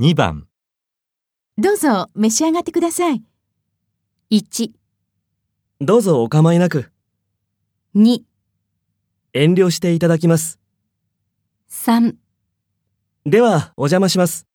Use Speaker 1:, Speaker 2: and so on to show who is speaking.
Speaker 1: 2番、
Speaker 2: どうぞ召し上がってください。1、
Speaker 3: どうぞお構いなく
Speaker 2: 2、
Speaker 3: 遠慮していただきます。
Speaker 2: 3。
Speaker 3: では、お邪魔します。